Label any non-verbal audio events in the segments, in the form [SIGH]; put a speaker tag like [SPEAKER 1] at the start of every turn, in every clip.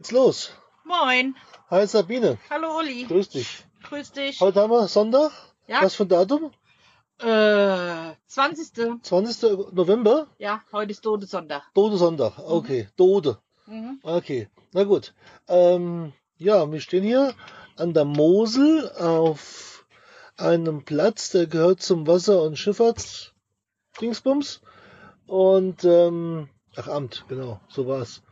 [SPEAKER 1] Jetzt los.
[SPEAKER 2] Moin.
[SPEAKER 1] Hi Sabine,
[SPEAKER 2] Hallo Uli.
[SPEAKER 1] grüß dich.
[SPEAKER 2] Grüß dich.
[SPEAKER 1] Heute haben wir Sonntag.
[SPEAKER 2] Ja.
[SPEAKER 1] Was für ein Datum?
[SPEAKER 2] Äh, 20.
[SPEAKER 1] 20. November.
[SPEAKER 2] Ja, heute ist Todessonntag.
[SPEAKER 1] Dode Sonntag. Okay, Dode.
[SPEAKER 2] Mhm.
[SPEAKER 1] Okay, na gut. Ähm, ja, wir stehen hier an der Mosel auf einem Platz, der gehört zum Wasser- und Schifffahrtsdingsbums. Und, ähm, ach, Amt, genau, so war's.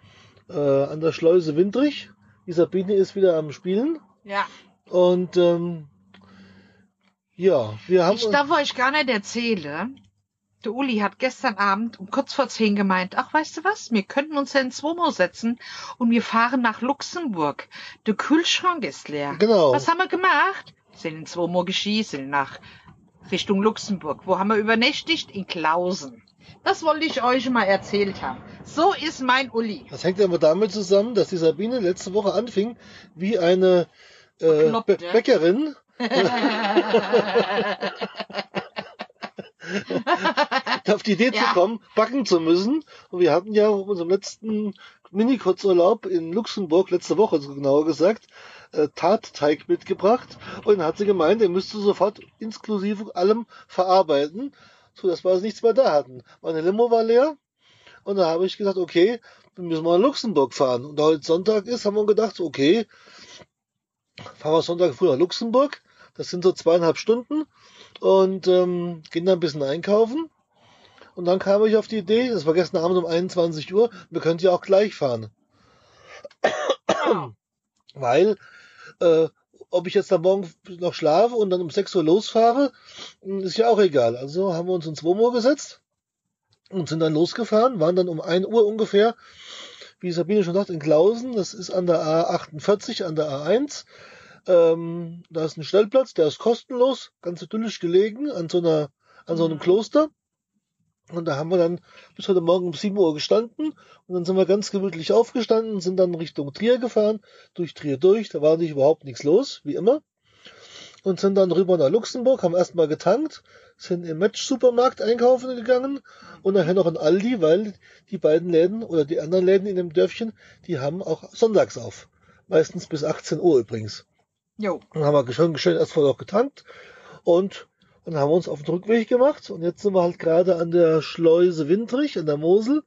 [SPEAKER 1] Äh, an der Schleuse Windrich. Die Sabine ist wieder am Spielen.
[SPEAKER 2] Ja.
[SPEAKER 1] Und, ähm, ja, wir haben.
[SPEAKER 2] Ich darf euch gar nicht erzählen. Der Uli hat gestern Abend um kurz vor 10 gemeint, ach weißt du was, wir könnten uns ja ins Womo setzen und wir fahren nach Luxemburg. Der Kühlschrank ist leer.
[SPEAKER 1] Genau.
[SPEAKER 2] Was haben wir gemacht? Sind ins Womo geschiesen nach Richtung Luxemburg. Wo haben wir übernächtigt? In Klausen. Das wollte ich euch mal erzählt haben. So ist mein Uli.
[SPEAKER 1] Das hängt ja immer damit zusammen, dass die Sabine letzte Woche anfing wie eine äh,
[SPEAKER 2] Bekloppte.
[SPEAKER 1] Bä Bäckerin. [LAUGHS] auf die Idee
[SPEAKER 2] Ja.
[SPEAKER 1] zu kommen, backen zu müssen. Und wir hatten ja auf unserem letzten Mini-Kurzurlaub in Luxemburg, letzte Woche so genauer gesagt, äh, Tatteig mitgebracht. Und dann hat sie gemeint, den müsst ihr sofort inklusive allem verarbeiten, sodass wir also nichts mehr da hatten. Meine Limo war leer. Und da habe ich gesagt, okay, wir müssen mal nach Luxemburg fahren. Und da heute Sonntag ist, haben wir gedacht, okay, fahren wir Sonntag früh nach Luxemburg. Das sind so zweieinhalb Stunden. Und ähm, gehen dann ein bisschen einkaufen. Und dann kam ich auf die Idee, das war gestern Abend um 21 Uhr, wir könnten ja auch gleich fahren. Weil, äh, ob ich jetzt da morgen noch schlafe und dann um 6 Uhr losfahre, Hm, ist ja auch egal. Also haben wir uns ins Womo gesetzt und sind dann losgefahren, waren dann um 1 Uhr ungefähr, wie Sabine schon sagt, in Klausen. Das ist an der A48, an der A1. Ähm, da ist ein Stellplatz, der ist kostenlos, ganz idyllisch gelegen, an so, einer, an so einem
[SPEAKER 2] Mhm.
[SPEAKER 1] Kloster. Und da haben wir dann bis heute Morgen um 7 Uhr gestanden und dann sind wir ganz gemütlich aufgestanden, sind dann Richtung Trier gefahren, durch Trier durch, da war nicht überhaupt nichts los, wie immer. Und sind dann rüber nach Luxemburg, haben erstmal getankt, sind im Match-Supermarkt einkaufen gegangen und nachher noch in Aldi, weil die beiden Läden oder die anderen Läden in dem Dörfchen, die haben auch sonntags auf. Meistens bis 18 Uhr übrigens.
[SPEAKER 2] Jo.
[SPEAKER 1] Dann haben wir schön, schön erstmal noch getankt und dann haben wir uns auf den Rückweg gemacht und jetzt sind wir halt gerade an der Schleuse Windrich an der Mosel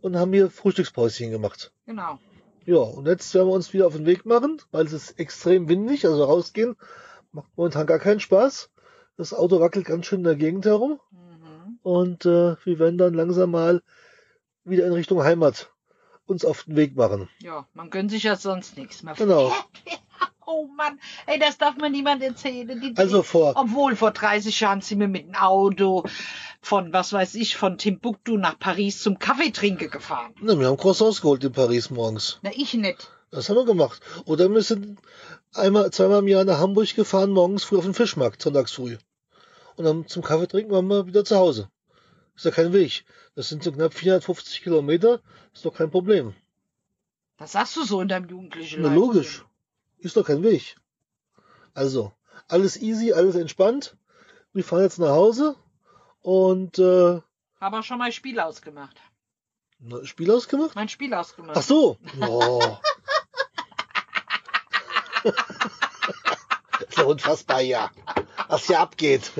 [SPEAKER 1] und haben hier Frühstückspäuschen gemacht.
[SPEAKER 2] Genau.
[SPEAKER 1] Ja, und jetzt werden wir uns wieder auf den Weg machen, weil es ist extrem windig, also rausgehen macht momentan gar keinen Spaß. Das Auto wackelt ganz schön in der Gegend herum
[SPEAKER 2] Mhm.
[SPEAKER 1] und äh, wir werden dann langsam mal wieder in Richtung Heimat uns auf den Weg machen.
[SPEAKER 2] Ja, man gönnt sich ja sonst nichts. Man
[SPEAKER 1] Genau.
[SPEAKER 2] Oh Mann, ey, das darf man niemand erzählen. Die, die,
[SPEAKER 1] Also vor
[SPEAKER 2] obwohl vor 30 Jahren sind wir mit dem Auto von, was weiß ich, von Timbuktu nach Paris zum Kaffeetrinken gefahren.
[SPEAKER 1] Na, wir haben Croissants geholt in Paris morgens.
[SPEAKER 2] Na, ich nicht.
[SPEAKER 1] Das haben wir gemacht. Oder wir sind einmal, zweimal im Jahr nach Hamburg gefahren, morgens früh auf den Fischmarkt, sonntags früh. Und dann zum Kaffee trinken waren wir wieder zu Hause. Ist ja kein Weg. Das sind so knapp 450 Kilometer. Ist doch kein Problem.
[SPEAKER 2] Das sagst du so in deinem jugendlichen
[SPEAKER 1] Na,
[SPEAKER 2] Leichtsinn.
[SPEAKER 1] logisch. Ist doch kein Weg. Also, alles easy, alles entspannt. Wir fahren jetzt nach Hause und äh,
[SPEAKER 2] Hab auch schon mein Spiel ausgemacht.
[SPEAKER 1] na, Spiel ausgemacht.
[SPEAKER 2] Mein Spiel ausgemacht.
[SPEAKER 1] Ach so. Oh. so unfassbar, ja. Was hier abgeht.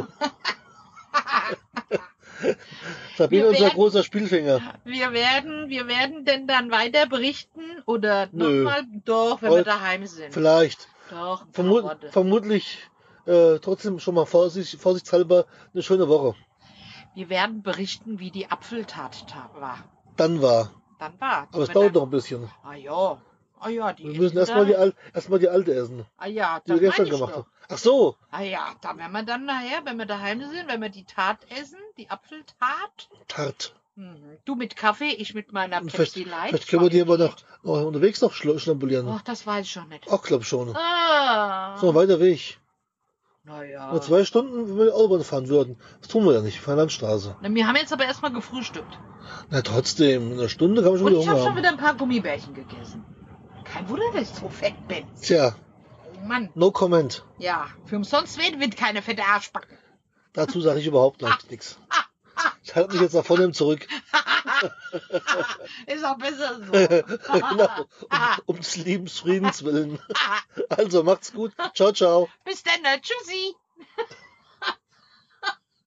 [SPEAKER 1] Sabine,
[SPEAKER 2] Wir
[SPEAKER 1] unser
[SPEAKER 2] werden-
[SPEAKER 1] großer Spielfinger.
[SPEAKER 2] Wir werden, wir werden denn dann weiter berichten oder
[SPEAKER 1] Nö.
[SPEAKER 2] nochmal, doch, wenn wir
[SPEAKER 1] Heute-
[SPEAKER 2] daheim sind.
[SPEAKER 1] Vielleicht.
[SPEAKER 2] Doch, ein paar
[SPEAKER 1] Vermut,
[SPEAKER 2] Worte.
[SPEAKER 1] vermutlich äh, trotzdem schon mal vorsicht, vorsichtshalber eine schöne Woche.
[SPEAKER 2] Wir werden berichten, wie die Apfeltat ta- war.
[SPEAKER 1] Dann war.
[SPEAKER 2] Dann war.
[SPEAKER 1] Aber es
[SPEAKER 2] Wenn
[SPEAKER 1] dauert
[SPEAKER 2] dann-
[SPEAKER 1] noch ein bisschen.
[SPEAKER 2] Ah ja. Ah ja, die
[SPEAKER 1] Wir müssen
[SPEAKER 2] essen
[SPEAKER 1] erstmal die,
[SPEAKER 2] dann-
[SPEAKER 1] Al erstmal die alte essen,
[SPEAKER 2] Ah ja,
[SPEAKER 1] die wir
[SPEAKER 2] dann
[SPEAKER 1] gestern
[SPEAKER 2] meine ich
[SPEAKER 1] gemacht
[SPEAKER 2] doch.
[SPEAKER 1] haben. Ach so.
[SPEAKER 2] Ah ja, da werden wir dann nachher, wenn wir daheim sind, wenn wir die Tat essen, die Apfeltat.
[SPEAKER 1] Tart.
[SPEAKER 2] Mhm. Du mit Kaffee, ich mit meiner
[SPEAKER 1] Und vielleicht,
[SPEAKER 2] Pepsi Light.
[SPEAKER 1] vielleicht können wir die aber noch,
[SPEAKER 2] Schmeckt.
[SPEAKER 1] noch unterwegs noch schlo- schnabulieren.
[SPEAKER 2] Ach, das weiß ich schon nicht.
[SPEAKER 1] Ach, glaub schon.
[SPEAKER 2] Ah.
[SPEAKER 1] So, weiter Weg.
[SPEAKER 2] Naja.
[SPEAKER 1] Nur zwei Stunden, wenn wir die Autobahn fahren würden. Das tun wir ja nicht, wir fahren Landstraße.
[SPEAKER 2] Na, wir haben jetzt aber erstmal gefrühstückt.
[SPEAKER 1] Na trotzdem, in einer Stunde kann man schon
[SPEAKER 2] Und
[SPEAKER 1] wieder
[SPEAKER 2] ich habe
[SPEAKER 1] Hunger
[SPEAKER 2] schon
[SPEAKER 1] haben.
[SPEAKER 2] wieder ein paar Gummibärchen gegessen. Kein Wunder, dass ich so fett bin.
[SPEAKER 1] Tja,
[SPEAKER 2] Oh Mann.
[SPEAKER 1] no comment.
[SPEAKER 2] Ja, für umsonst werden wird keine fette Arschbacken. Ah.
[SPEAKER 1] Dazu sage ich überhaupt noch nichts. Ich halte mich jetzt nach vorne zurück.
[SPEAKER 2] Ist auch besser so.
[SPEAKER 1] [LAUGHS]
[SPEAKER 2] [LAUGHS]
[SPEAKER 1] genau. Um, um des lieben Friedens willen. Also macht's gut. Ciao, ciao.
[SPEAKER 2] Bis dann, ne? tschüssi.